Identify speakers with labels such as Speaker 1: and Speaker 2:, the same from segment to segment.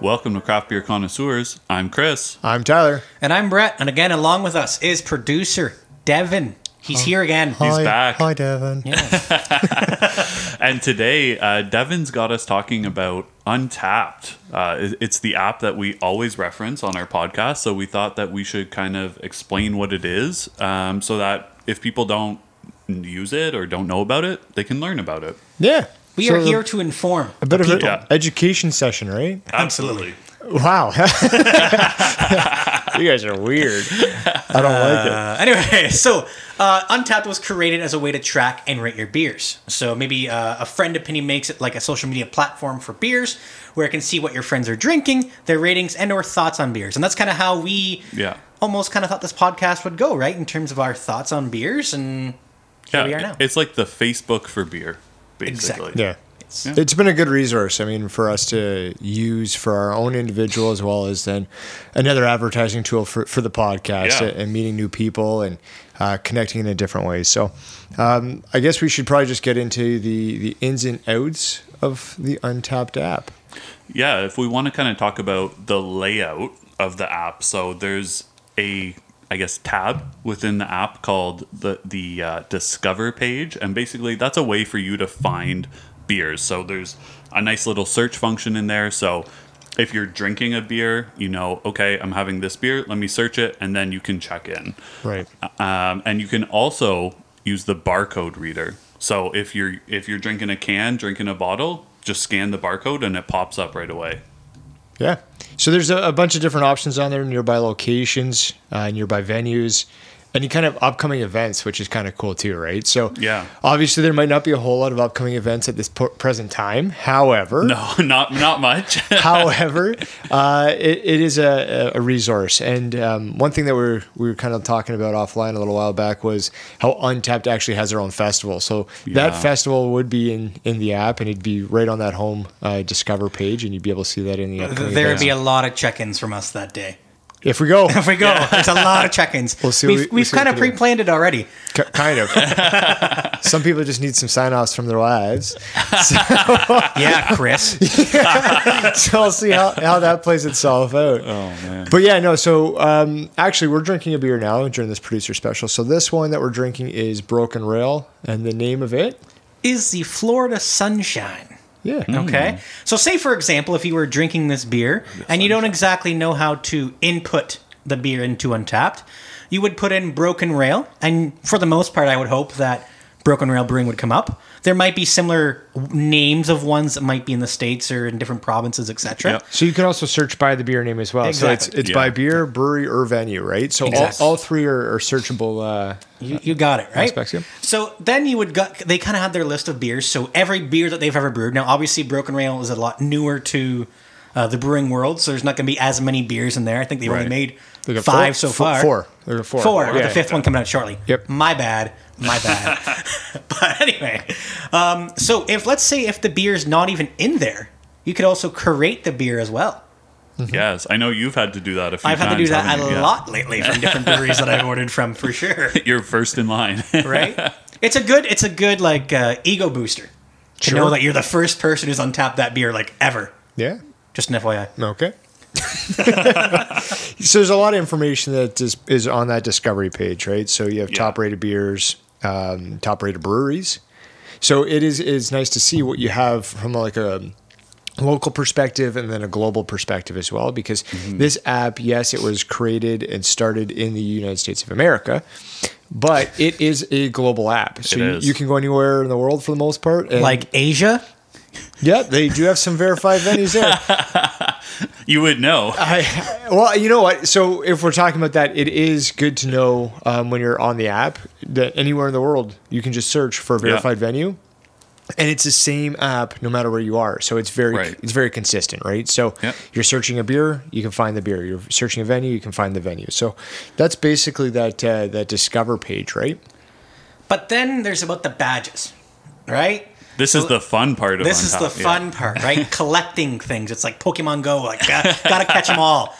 Speaker 1: Welcome to Craft Beer Connoisseurs. I'm Chris.
Speaker 2: I'm Tyler.
Speaker 3: And I'm Brett. And again, along with us is producer Devin. He's here again.
Speaker 1: He's back.
Speaker 2: Hi, Devin.
Speaker 1: And today, uh, Devin's got us talking about Untapped. Uh, it- it's the app that we always reference on our podcast. So we thought that we should kind of explain what it is um, so that if people don't use it or don't know about it, they can learn about it.
Speaker 2: Yeah.
Speaker 3: We
Speaker 2: So
Speaker 3: are here to inform.
Speaker 2: A bit of an
Speaker 1: people. Yeah.
Speaker 2: education session, right?
Speaker 1: Absolutely.
Speaker 2: Wow. you guys are weird. I don't like
Speaker 3: Uh, anyway, so uh, Untapped was created as a way to track and rate your beers. So maybe uh, a friend opinion makes it like a social media platform for beers, where it can see what your friends are drinking, their ratings, and/or thoughts on beers. And that's kind of how we
Speaker 1: Yeah.
Speaker 3: almost kind of thought this podcast would go, right? In terms of our thoughts on beers and here we are now.
Speaker 1: It's like the Facebook for beer, basically.
Speaker 3: Exactly.
Speaker 2: it. Yeah. It's been a good resource, I mean, for us to use for our own individual as well as then another advertising tool for, for the podcast
Speaker 1: Yeah.
Speaker 2: and, meeting new people and uh, connecting in different ways. So um, I guess we should probably just get into the, the ins and outs of the Untapped app.
Speaker 1: yeah, if we want to kind of talk about the layout of the app, so there's a I guess tab within the app called the the uh, discover page, and basically that's a way for you to find beers. So there's a nice little search function in there. So if you're drinking a beer, you know, okay, I'm having this beer. Let me search it, and then you can check in.
Speaker 2: Right.
Speaker 1: Um, and you can also use the barcode reader. So if you're if you're drinking a can, drinking a bottle, just scan the barcode and it pops up right away.
Speaker 2: Yeah. So there's a, a bunch of different options on there, nearby locations, uh, nearby venues, any kind of upcoming events, which is kind of cool too, right? So
Speaker 1: Yeah.
Speaker 2: obviously there might not be a whole lot of upcoming events at this po- present time. However,
Speaker 1: No, not not much.
Speaker 2: however, uh, it, it is a, a resource. And um, one thing that we were, we were kind of talking about offline a little while back was how Untapped actually has their own festival. So that
Speaker 1: Yeah.
Speaker 2: festival would be in, in the app and it'd be right on that home uh, discover page and you'd be able to see that in the upcoming
Speaker 3: There would
Speaker 2: events.
Speaker 3: be a lot of check-ins from us that day.
Speaker 2: If we go.
Speaker 3: If we go, there's a lot of check-ins.
Speaker 2: We'll see what
Speaker 3: we've
Speaker 2: we- we'll
Speaker 3: we've
Speaker 2: see what
Speaker 3: kind of
Speaker 2: we can do.
Speaker 3: pre-planned it already.
Speaker 2: K- kind of. Some people just need some sign offs from their wives. So,
Speaker 3: Yeah, Chris.
Speaker 2: so I'll see how, how that plays itself out.
Speaker 1: oh man.
Speaker 2: But yeah, no. So um, actually, we're drinking a beer now during this producer special. So this one that we're drinking is Broken Rail, and the name of it,
Speaker 3: is the Florida sunshine.
Speaker 2: yeah,
Speaker 3: Okay. So, say for example, if you were drinking this beer and you don't exactly know how to input the beer into Untapped, you would put in Broken Rail. And for the most part, I would hope that Broken Rail Brewing would come up. There might be similar w- names of ones that might be in the States or in different provinces, etc.
Speaker 1: Yep.
Speaker 2: So you can also search by the beer name as well. So it's
Speaker 3: Exactly.
Speaker 2: it's
Speaker 1: Yeah.
Speaker 2: by beer, brewery, or venue, right? So
Speaker 3: Exactly.
Speaker 2: all, all three are, are searchable. Uh,
Speaker 3: You, you got it right.
Speaker 2: Aspects, yeah.
Speaker 3: So then you would got they kind of had their list of beers. So every beer that they've ever brewed. Now, obviously, Broken Rail is a lot newer to uh, the brewing world, so there's not going to be as many beers in there. I think they've
Speaker 1: Right.
Speaker 3: only made
Speaker 2: They got four-
Speaker 3: five so
Speaker 2: four-
Speaker 3: far.
Speaker 2: four. They got four.
Speaker 3: four. with
Speaker 2: Yeah.
Speaker 3: the fifth one coming out shortly.
Speaker 2: Yep.
Speaker 3: My bad. My bad. but anyway, um, so if let's say if the beer is not even in there, you could also create the beer as well.
Speaker 1: Yes, I know you've had to do that a few
Speaker 3: Mm-hmm. I've
Speaker 1: times.
Speaker 3: had to do that
Speaker 1: haven't
Speaker 3: a
Speaker 1: you? Yeah.
Speaker 3: lot lately from different breweries that I've ordered from for sure.
Speaker 1: You're first in line.
Speaker 3: right? It's a good, it's a good like uh, ego booster to
Speaker 2: Sure.
Speaker 3: know that you're the first person who's untapped that beer like ever.
Speaker 2: yeah.
Speaker 3: Just an FYI.
Speaker 2: Okay. so there's a lot of information that is, is on that discovery page, right? So you have
Speaker 1: Yeah.
Speaker 2: top rated beers, um, top rated breweries. So it is is nice to see what you have from like a local perspective and then a global perspective as well because
Speaker 1: Mm-hmm.
Speaker 2: this app yes it was created and started in the United States of America but it is a global app so
Speaker 1: It
Speaker 2: you,
Speaker 1: is.
Speaker 2: you can go anywhere in the world for the most part and
Speaker 3: Like Asia,
Speaker 2: yeah they do have some verified venues there
Speaker 1: you would know.
Speaker 2: I, well, you know what? So if we're talking about that, it is good to know um, when you're on the app that anywhere in the world you can just search for a verified venue, and it's the same app no matter where you are. So it's very
Speaker 1: Right.
Speaker 2: it's very consistent, right? So
Speaker 1: Yep.
Speaker 2: you're searching a beer, you can find the beer. You're searching a venue, you can find the venue. So that's basically that uh, that discover page, right?
Speaker 3: but then there's about the badges, right?
Speaker 1: This is the fun part of
Speaker 3: This is the
Speaker 1: Untapped, yeah.
Speaker 3: fun part, right? Collecting things. It's like Pokemon Go. Like gotta, gotta catch them all.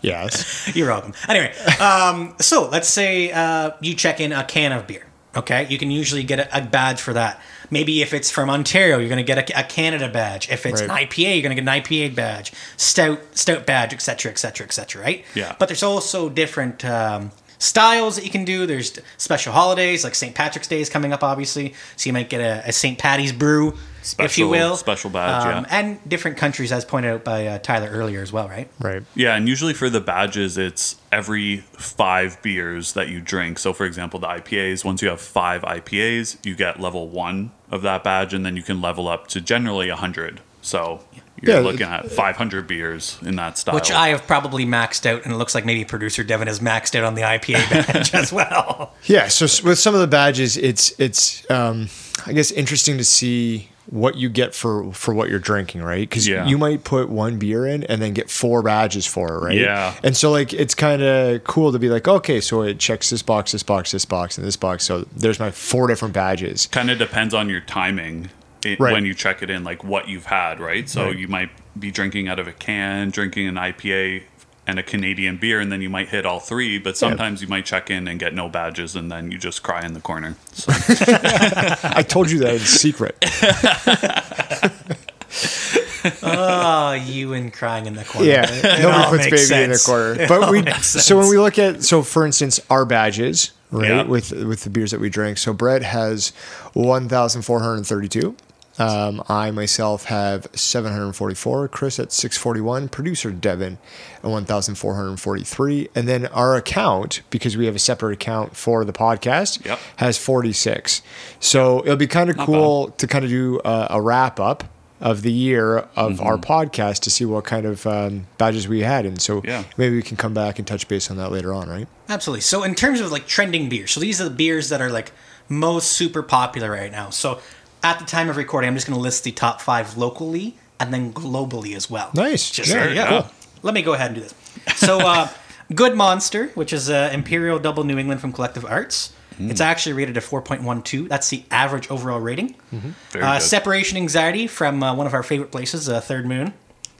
Speaker 2: Yes.
Speaker 3: You're welcome. Anyway, um, so let's say uh, you check in a can of beer. Okay, you can usually get a, a badge for that. Maybe if it's from Ontario, you're going to get a, a Canada badge. If it's
Speaker 2: Right.
Speaker 3: an IPA, you're going to get an IPA badge, stout stout badge, etc., etc., etc. Right?
Speaker 1: Yeah.
Speaker 3: But there's also different um, styles that you can do. There's special holidays like St. Patrick's Day is coming up, obviously, so you might get a, a St. Patty's brew, if you
Speaker 1: Special-
Speaker 3: will, Um,
Speaker 1: special badge, yeah.
Speaker 3: and different countries, as pointed out by uh, Tyler earlier as well, right?
Speaker 2: Right.
Speaker 1: Yeah, and usually for the badges, it's every five beers that you drink. So, for example, the IPAs, once you have five IPAs, you get level one of that badge, and then you can level up to generally 100. So, you're
Speaker 2: Yeah,
Speaker 1: looking at 500 beers in that style.
Speaker 3: Which I have probably maxed out, and it looks like maybe producer Devin has maxed out on the IPA badge as well.
Speaker 2: Yeah. So s- with some of the badges, it's it's um, I guess interesting to see what you get for for what you're drinking, right? Because
Speaker 1: Yeah.
Speaker 2: you might put one beer in and then get four badges for it, right?
Speaker 1: Yeah.
Speaker 2: And so like it's kind of cool to be like, okay, so it checks this box, this box, this box, and this box. So there's my four different badges.
Speaker 1: kind of depends on your timing it,
Speaker 2: Right.
Speaker 1: when you check it in, like what you've had, right? So
Speaker 2: Right.
Speaker 1: you might be drinking out of a can, drinking an IPA and a Canadian beer, and then you might hit all three. But sometimes you might check in and get no badges, and then you just cry in the corner. So,
Speaker 2: I told you that in secret.
Speaker 3: Oh, you and crying in the corner.
Speaker 2: Yeah,
Speaker 3: It all
Speaker 2: nobody puts baby
Speaker 3: makes
Speaker 2: in the
Speaker 3: sense.
Speaker 2: corner. But we
Speaker 3: sense.
Speaker 2: so when we look at so for instance our badges right
Speaker 1: Yeah.
Speaker 2: with with the beers that we drink. So Brett has one thousand four hundred thirty two. Um, I myself have 744, Chris at 641, producer Devin at 1,443. And then our account, because we have a separate account for the podcast,
Speaker 1: Yep.
Speaker 2: has 46. So it'll be kind of cool to kind of do a, a wrap up of the year of our podcast to see what kind of um, badges we had. And so
Speaker 1: Yeah.
Speaker 2: maybe we can come back and touch base on that later on, right?
Speaker 3: Absolutely. So, in terms of like trending beers, so these are the beers that are like most super popular right now. So, at the time of recording, I'm just going to list the top five locally and then globally as well.
Speaker 2: Nice.
Speaker 3: Just
Speaker 2: Sure,
Speaker 3: so- yeah.
Speaker 1: yeah.
Speaker 3: Let me go ahead and do this. So, uh, Good Monster, which is uh, Imperial Double New England from Collective Arts.
Speaker 1: Hmm.
Speaker 3: It's actually rated a 4.12. That's the average overall rating.
Speaker 1: Mm-hmm. very
Speaker 3: Uh,
Speaker 1: good.
Speaker 3: Separation Anxiety from uh, one of our favorite places, uh, Third Moon,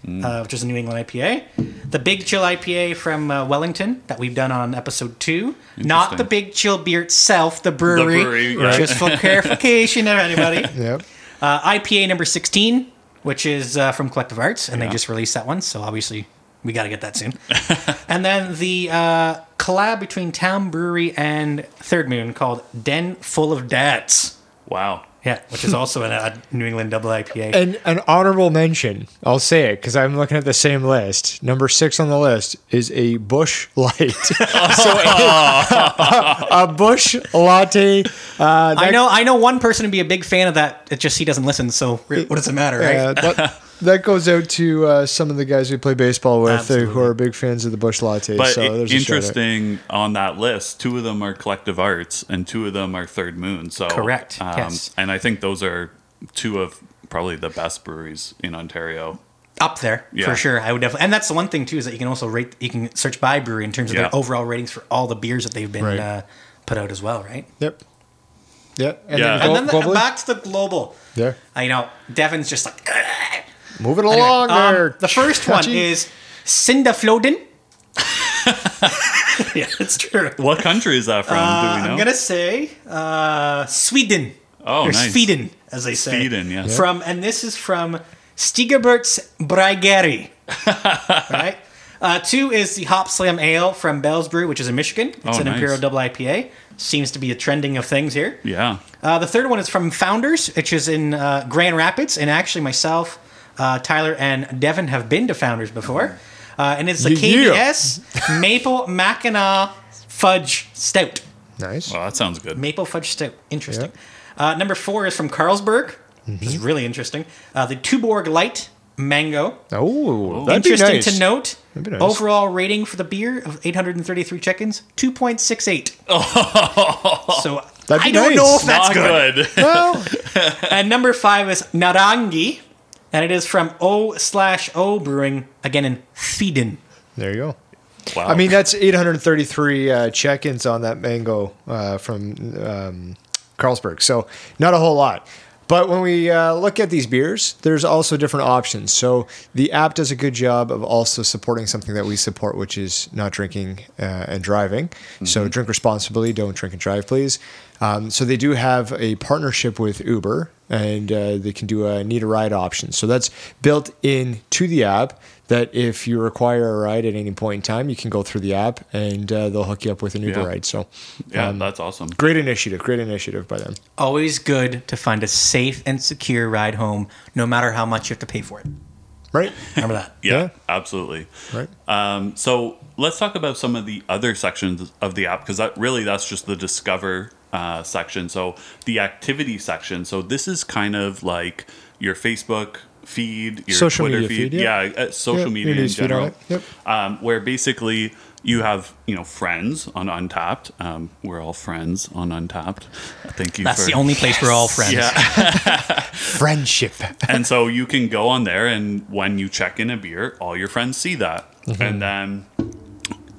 Speaker 1: Hmm.
Speaker 3: uh, which is a New England IPA. The Big Chill IPA from uh, Wellington that we've done on episode two. Not the Big Chill beer itself, the brewery.
Speaker 1: brewery, right.
Speaker 3: Just for clarification, everybody.
Speaker 2: Yeah.
Speaker 3: Uh, IPA number 16, which is uh, from Collective Arts, and they just released that one, so obviously we got to get that soon. and then the uh, collab between Town Brewery and Third Moon called Den Full of Dads.
Speaker 1: wow.
Speaker 3: Yeah, which is also an, a New England double IPA.
Speaker 2: And an honorable mention, I'll say it because I'm looking at the same list. Number six on the list is a Bush Light. so a, a Bush Latte. Uh,
Speaker 3: I
Speaker 2: that-
Speaker 3: know, I know one person would be a big fan of that. It just he doesn't listen, so re- what does it matter, right?
Speaker 2: uh, that, that goes out to uh, some of the guys we play baseball with uh, who
Speaker 3: Absolutely.
Speaker 2: are big fans of the Bush Latte.
Speaker 1: But
Speaker 2: so
Speaker 1: i-
Speaker 2: there's a shout out.
Speaker 1: interesting on that list, two of them are Collective Arts and two of them are Third Moon. So um,
Speaker 3: Correct, yes.
Speaker 1: And I think those are two of probably the best breweries in Ontario.
Speaker 3: Up there
Speaker 1: Yeah.
Speaker 3: for sure. I would definitely, and that's the one thing too is that you can also rate, you can search by brewery in terms of
Speaker 1: Yeah.
Speaker 3: their overall ratings for all the beers that they've been
Speaker 2: Right.
Speaker 3: uh, put out as well, right?
Speaker 2: Yep. Yeah. And
Speaker 1: Yeah.
Speaker 2: then,
Speaker 3: And
Speaker 2: glo-
Speaker 3: then the,
Speaker 2: globally?
Speaker 3: back to the global.
Speaker 2: Yeah.
Speaker 3: I know Devin's just like "Ugh."
Speaker 2: Move it along
Speaker 3: Um,
Speaker 2: there.
Speaker 3: the first one
Speaker 2: Chachi.
Speaker 3: is Cinda Floden. yeah, it's true.
Speaker 1: What country is that from? Do we know?
Speaker 3: Uh, I'm gonna say uh, Sweden.
Speaker 1: Oh,
Speaker 3: or
Speaker 1: nice.
Speaker 3: Sweden, as they say.
Speaker 1: Sweden, yeah. Yeah.
Speaker 3: From and this is from Stigaberts Braigeri. right. Uh, two is the Hop Slam Ale from Bell's Brew, which is in Michigan. It's
Speaker 1: Oh,
Speaker 3: an
Speaker 1: nice.
Speaker 3: Imperial Double IPA. Seems to be a trending of things here.
Speaker 1: yeah.
Speaker 3: Uh, the third one is from Founders, which is in uh, Grand Rapids, and actually myself, uh, Tyler, and Devin have been to Founders before, uh, and it's the
Speaker 2: Yeah.
Speaker 3: KBS Maple Mackinac Fudge Stout.
Speaker 2: nice.
Speaker 1: Well, that sounds good.
Speaker 3: Maple Fudge Stout, interesting. Uh, number four is from Carlsberg, which
Speaker 2: Mm-hmm.
Speaker 3: is really interesting. Uh, the Tuborg Light Mango.
Speaker 2: Oh, that'd be
Speaker 3: interesting
Speaker 2: nice.
Speaker 3: to note.
Speaker 2: That'd be nice.
Speaker 3: Overall rating for the beer of 833 check-ins, 2.68. so
Speaker 2: That'd be
Speaker 3: I don't
Speaker 2: nice.
Speaker 3: know if that's
Speaker 1: Not
Speaker 3: good.
Speaker 1: good.
Speaker 2: Well,
Speaker 3: And number five is Narangi, and it is from O slash O Brewing, again in Sweden.
Speaker 2: there you go.
Speaker 1: wow.
Speaker 2: I mean, that's 833 uh, check-ins on that mango uh, from um, Carlsberg. So not a whole lot. But when we uh, look at these beers, there's also different options. So the app does a good job of also supporting something that we support, which is not drinking uh, and driving.
Speaker 1: Mm-hmm.
Speaker 2: So drink responsibly, don't drink and drive, please. Um, so they do have a partnership with Uber, and uh, they can do a need a ride option. So that's built in to the app. That if you require a ride at any point in time, you can go through the app and uh, they'll hook you up with an Uber
Speaker 1: Yeah.
Speaker 2: ride. So uh,
Speaker 1: Yeah,
Speaker 2: um,
Speaker 1: that's awesome.
Speaker 2: great initiative, great initiative by them.
Speaker 3: Always good to find a safe and secure ride home, no matter how much you have to pay for it.
Speaker 2: Right?
Speaker 3: Remember that.
Speaker 2: yeah.
Speaker 1: yeah. absolutely.
Speaker 2: Right.
Speaker 1: Um, so let's talk about some of the other sections of the app because that really that's just the discover uh, section. So the activity section. So this is kind of like your Facebook feed, your
Speaker 2: Social
Speaker 1: Twitter
Speaker 2: media
Speaker 1: feed,
Speaker 2: feed, yeah.
Speaker 1: uh, social
Speaker 2: Yeah,
Speaker 1: media in
Speaker 2: news feed on
Speaker 1: general.
Speaker 2: it, yep.
Speaker 1: Um, where basically you have you know friends on Untapped. Um, we're all friends on Untapped. Thank you.
Speaker 3: That's
Speaker 1: for,
Speaker 3: the only place we're all friends.
Speaker 1: Yeah.
Speaker 2: Friendship.
Speaker 1: and so you can go on there and when you check in a beer all your friends see that
Speaker 2: Mm-hmm.
Speaker 1: and then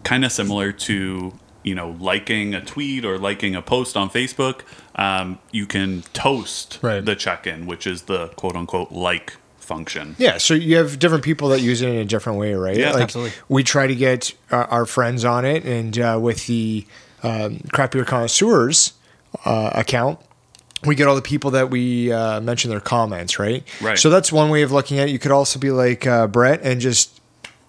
Speaker 1: kind of similar to you know liking a tweet or liking a post on facebook um, you can toast
Speaker 2: Right.
Speaker 1: the check-in which is the quote-unquote like function
Speaker 2: Yeah, so you have different people that use it in a different way, right?
Speaker 1: Yeah.
Speaker 2: like
Speaker 3: Absolutely.
Speaker 2: We try to get uh, our friends on it, and uh, with the um, Craft Beer Connoisseurs uh, account, we get all the people that we uh, mention their comments, right?
Speaker 1: Right.
Speaker 2: So that's one way of looking at it. You could also be like uh, Brett and just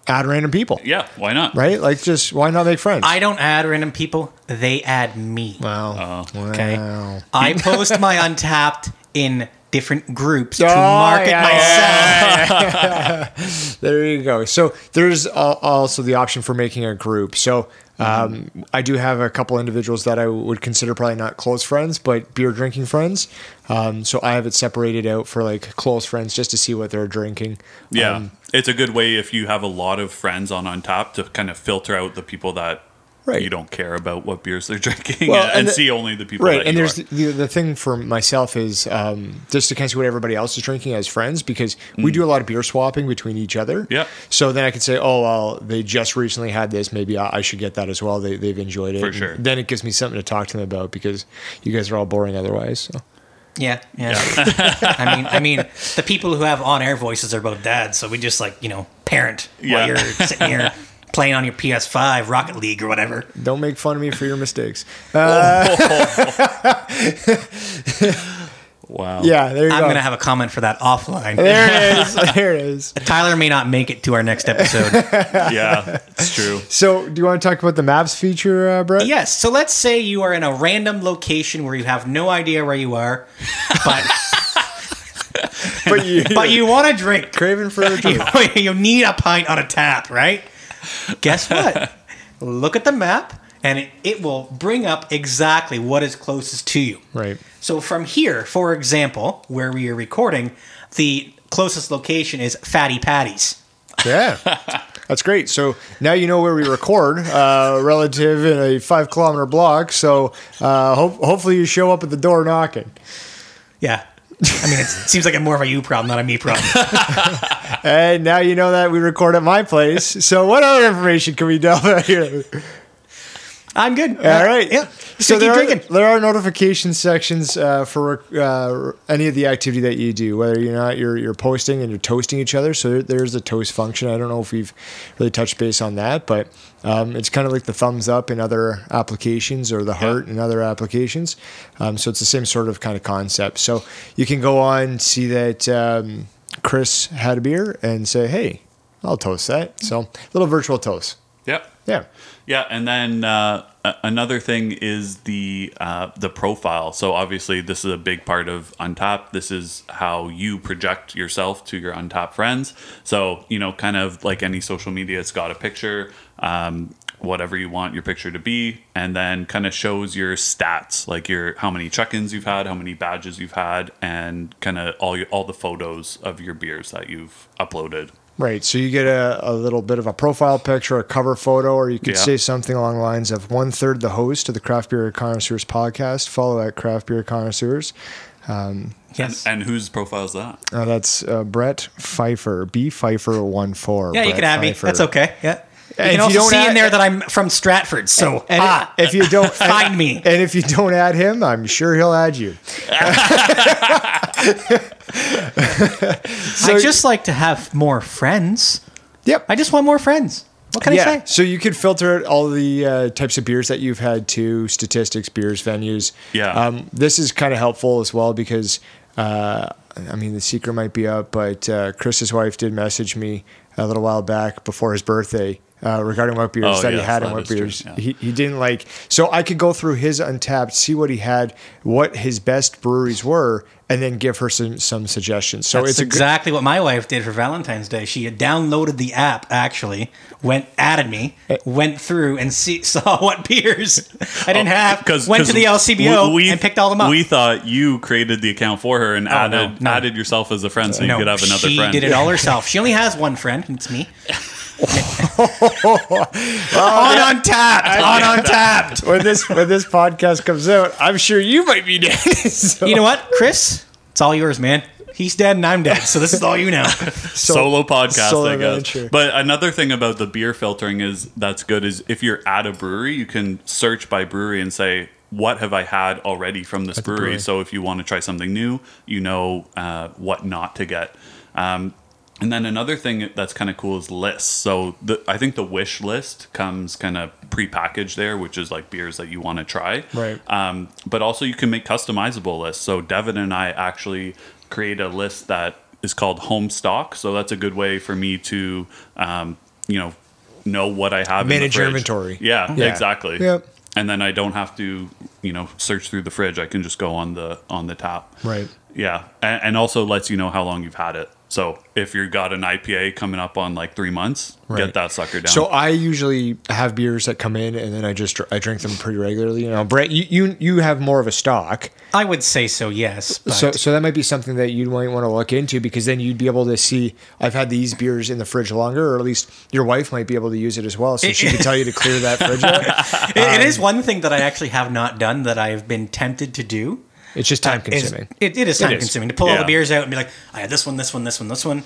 Speaker 2: add random people,
Speaker 1: yeah why not
Speaker 2: right? Like, just why not make friends?
Speaker 3: I don't add random people; they add me.
Speaker 1: Oh,
Speaker 2: wow.
Speaker 3: Okay.
Speaker 2: Wow.
Speaker 3: I post my Untapped in different groups to
Speaker 2: Oh,
Speaker 3: market
Speaker 2: yeah,
Speaker 3: myself.
Speaker 2: There you go. So there's al- also the option for making a group. So um, I do have a couple individuals that I would consider probably not close friends, but beer drinking friends. Um, so I have it separated out for like close friends just to see what they're drinking.
Speaker 1: yeah
Speaker 2: Um,
Speaker 1: it's a good way if you have a lot of friends on untapped to kind of filter out the people that
Speaker 2: Right.
Speaker 1: you don't care about what beers they're drinking
Speaker 2: Well,
Speaker 1: and,
Speaker 2: and
Speaker 1: and
Speaker 2: the-
Speaker 1: see only the people
Speaker 2: right.
Speaker 1: that
Speaker 2: And
Speaker 1: you
Speaker 2: there's
Speaker 1: are.
Speaker 2: the, the thing for myself is um, just to kind of see what everybody else is drinking as friends because we do a lot of beer swapping between each other.
Speaker 1: Mm. Yeah.
Speaker 2: So then I could say, oh, well, they just recently had this. Maybe I, I should get that as well. They, they've enjoyed it.
Speaker 1: For
Speaker 2: And
Speaker 1: sure.
Speaker 2: Then it gives me something to talk to them about because you guys are all boring otherwise. So.
Speaker 3: Yeah, yeah. I mean, I mean, the people who have on-air voices are both dads, so we just like you know parent
Speaker 1: Yeah.
Speaker 3: while you're sitting here playing on your PS5, Rocket League, or whatever.
Speaker 2: Don't make fun of me for your mistakes.
Speaker 1: wow
Speaker 2: Yeah, there you
Speaker 3: I'm
Speaker 2: go.
Speaker 3: gonna have a comment for that offline.
Speaker 2: there it is. There it is.
Speaker 3: Tyler may not make it to our next episode.
Speaker 1: yeah it's true
Speaker 2: So, do you want to talk about the maps feature, uh, Brett?
Speaker 3: yes. So let's say you are in a random location where you have no idea where you are, but
Speaker 2: But you,
Speaker 3: but you want a drink.
Speaker 2: craving for a drink.
Speaker 3: you need a pint on a tap, right? Guess what? Look at the map, and it, it will bring up exactly what is closest to you.
Speaker 2: Right.
Speaker 3: So from here, for example, where we are recording, the closest location is Fatty Patty's.
Speaker 2: Yeah. That's great. So now you know where we record, uh, relative in a five kilometer block. So uh, ho- hopefully you show up at the door knocking.
Speaker 3: Yeah. I mean, it's, it seems like a more of a you problem, not a me problem.
Speaker 2: And now you know that we record at my place. So what other information can we delve out here?
Speaker 3: I'm good.
Speaker 2: All right.
Speaker 3: Yeah.
Speaker 2: So
Speaker 3: keep
Speaker 2: there are,
Speaker 3: drinking.
Speaker 2: there are notification sections uh, for uh, any of the activity that you do, whether you're not you're, you're posting and you're toasting each other. So there, there's the toast function. I don't know if we've really touched base on that, but um, it's kind of like the thumbs up in other applications or the heart in other applications. Um, so it's the same sort of kind of concept. So you can go on see that um, Chris had a beer and say, "Hey, I'll toast that." So little virtual toast.
Speaker 1: yeah
Speaker 2: Yeah.
Speaker 1: Yeah, and then uh, a- another thing is the uh, the profile. So obviously, this is a big part of Untap. This is how you project yourself to your Untap friends. So you know, kind of like any social media, it's got a picture, um, whatever you want your picture to be, and then kind of shows your stats, like your how many check-ins you've had, how many badges you've had, and kind of all your, all the photos of your beers that you've uploaded.
Speaker 2: Right. So you get a, a little bit of a profile picture, a cover photo, or you could
Speaker 1: Yeah.
Speaker 2: say something along the lines of one third the host of the Craft Beer Connoisseurs podcast. Follow at Craft Beer Connoisseurs.
Speaker 3: Yes.
Speaker 1: And whose profile is that?
Speaker 2: Uh, that's uh, Brett Pfeiffer, B Pfeiffer one four.
Speaker 3: yeah, you can add me. That's okay. Yeah. You
Speaker 2: if
Speaker 3: can
Speaker 2: you
Speaker 3: also
Speaker 2: don't
Speaker 3: see in
Speaker 2: add-
Speaker 3: there that I'm from Stratford. So
Speaker 2: And
Speaker 3: ah,
Speaker 2: if you don't
Speaker 3: Find me.
Speaker 2: and if you don't add him, I'm sure he'll add you.
Speaker 3: I just like to have more friends.
Speaker 2: Yep.
Speaker 3: I just want more friends. What can I
Speaker 2: yeah.
Speaker 3: say?
Speaker 2: So you could filter out all the uh, types of beers that you've had to statistics, beers, venues.
Speaker 1: Yeah.
Speaker 2: Um, this is kind of helpful as well because, uh, I mean, the secret might be up, but uh, Chris's wife did message me a little while back before his birthday. Uh, regarding what beers
Speaker 1: Oh,
Speaker 2: that he
Speaker 1: yes,
Speaker 2: had and
Speaker 1: that
Speaker 2: what
Speaker 1: is true,
Speaker 2: beers
Speaker 1: yeah.
Speaker 2: he, he didn't like. So I could go through his untapped, see what he had, what his best breweries were, and then give her some, some suggestions. So
Speaker 3: That's
Speaker 2: it's a good-
Speaker 3: exactly what my wife did for Valentine's Day. She had downloaded the app, actually, went added me,
Speaker 1: Eh.
Speaker 3: went through and see, saw what beers I didn't have. went to the LCBO and picked all them up.
Speaker 1: Oh,
Speaker 3: Oh,
Speaker 1: We thought you created the account for her and
Speaker 3: no,
Speaker 1: added
Speaker 3: no.
Speaker 1: added yourself as a friend so you could have another
Speaker 3: she
Speaker 1: friend.
Speaker 3: did it all herself. She only has one friend, and it's me.
Speaker 2: Oh,
Speaker 3: On untapped, on untapped.
Speaker 2: when this when this podcast comes out, I'm sure you might be dead. So-
Speaker 3: You know what, Chris? It's all yours, man. He's dead and I'm dead, so this is all you know.
Speaker 1: solo podcast,
Speaker 2: solo
Speaker 1: I guess.
Speaker 2: venture.
Speaker 1: But another thing about the beer filtering is that's good is if you're at a brewery, you can search by brewery and say, what have I had already from this brewery?
Speaker 2: brewery.
Speaker 1: So if you want to try something new, you know uh, what not to get. Um, and then another thing that's kind of cool is lists. So the, I think the wish list comes kind of prepackaged there, which is like beers that you want to try.
Speaker 2: Right.
Speaker 1: Um, but also, you can make customizable lists. So Devin and I actually create a list that is called home stock. So that's a good way for me to, um, you know, know what I have. in the
Speaker 2: Manage your
Speaker 1: fridge.
Speaker 2: inventory.
Speaker 1: Yeah,
Speaker 2: Yeah.
Speaker 1: exactly.
Speaker 2: Yep.
Speaker 1: And then I don't have to, you know, search through the fridge. I can just go on the on the tap.
Speaker 2: Right.
Speaker 1: Yeah, and, and also lets you know how long you've had it. So if you've got an IPA coming up on like three months,
Speaker 2: Right.
Speaker 1: get that sucker down.
Speaker 2: So I usually have beers that come in, and then I just I drink them pretty regularly. You know, Brett, you you, you have more of a stock,
Speaker 3: I would say so, yes. But
Speaker 2: so so that might be something that you might want to look into because then you'd be able to see I've had these beers in the fridge longer, or at least your wife might be able to use it as well, so she could tell you to clear that fridge out.
Speaker 3: it,
Speaker 1: um,
Speaker 3: it is one thing that I actually have not done that I've been tempted to do.
Speaker 2: It's just time
Speaker 3: Is-
Speaker 2: consuming.
Speaker 3: It, it is time consuming to pull all
Speaker 1: Yeah.
Speaker 3: the beers out and be like, I had this one, this one, this one, this one.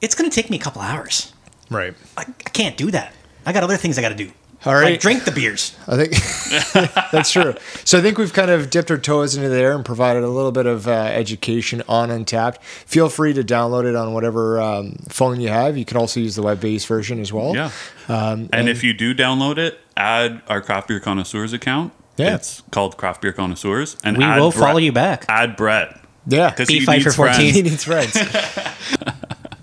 Speaker 3: It's going to take me a couple hours.
Speaker 2: Right.
Speaker 3: I, I can't do that. I got other things I got to do.
Speaker 2: All
Speaker 3: Like,
Speaker 2: right.
Speaker 3: drink the beers.
Speaker 2: I think that's true. So I think we've kind of dipped our toes into there and provided a little bit of uh, education on Untapped. Feel free to download it on whatever um, phone you have. You can also use the web-based version as well.
Speaker 1: Yeah. Um, and, if you do download it, add our Craft Beer Connoisseurs account.
Speaker 2: Yeah.
Speaker 1: It's called Craft Beer Connoisseurs. And
Speaker 3: We
Speaker 1: add
Speaker 3: will
Speaker 1: Brett-
Speaker 3: follow you back.
Speaker 1: Add Brett.
Speaker 2: yeah.
Speaker 1: 'cause
Speaker 3: Be
Speaker 1: he
Speaker 3: Fight for
Speaker 1: needs friends.
Speaker 3: 14.
Speaker 2: He needs friends.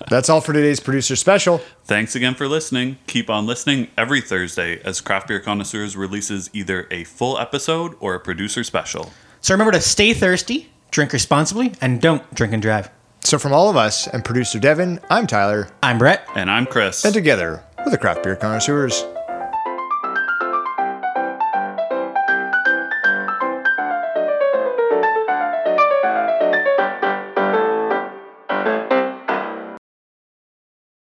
Speaker 2: that's all for today's producer special.
Speaker 1: Thanks again for listening. Keep on listening every Thursday as Craft Beer Connoisseurs releases either a full episode or a producer special.
Speaker 3: So remember to stay thirsty, drink responsibly, and don't drink and drive.
Speaker 2: So from all of us and producer Devin, I'm Tyler,
Speaker 3: I'm Brett.
Speaker 1: And I'm Chris.
Speaker 2: and together we're the Craft Beer Connoisseurs.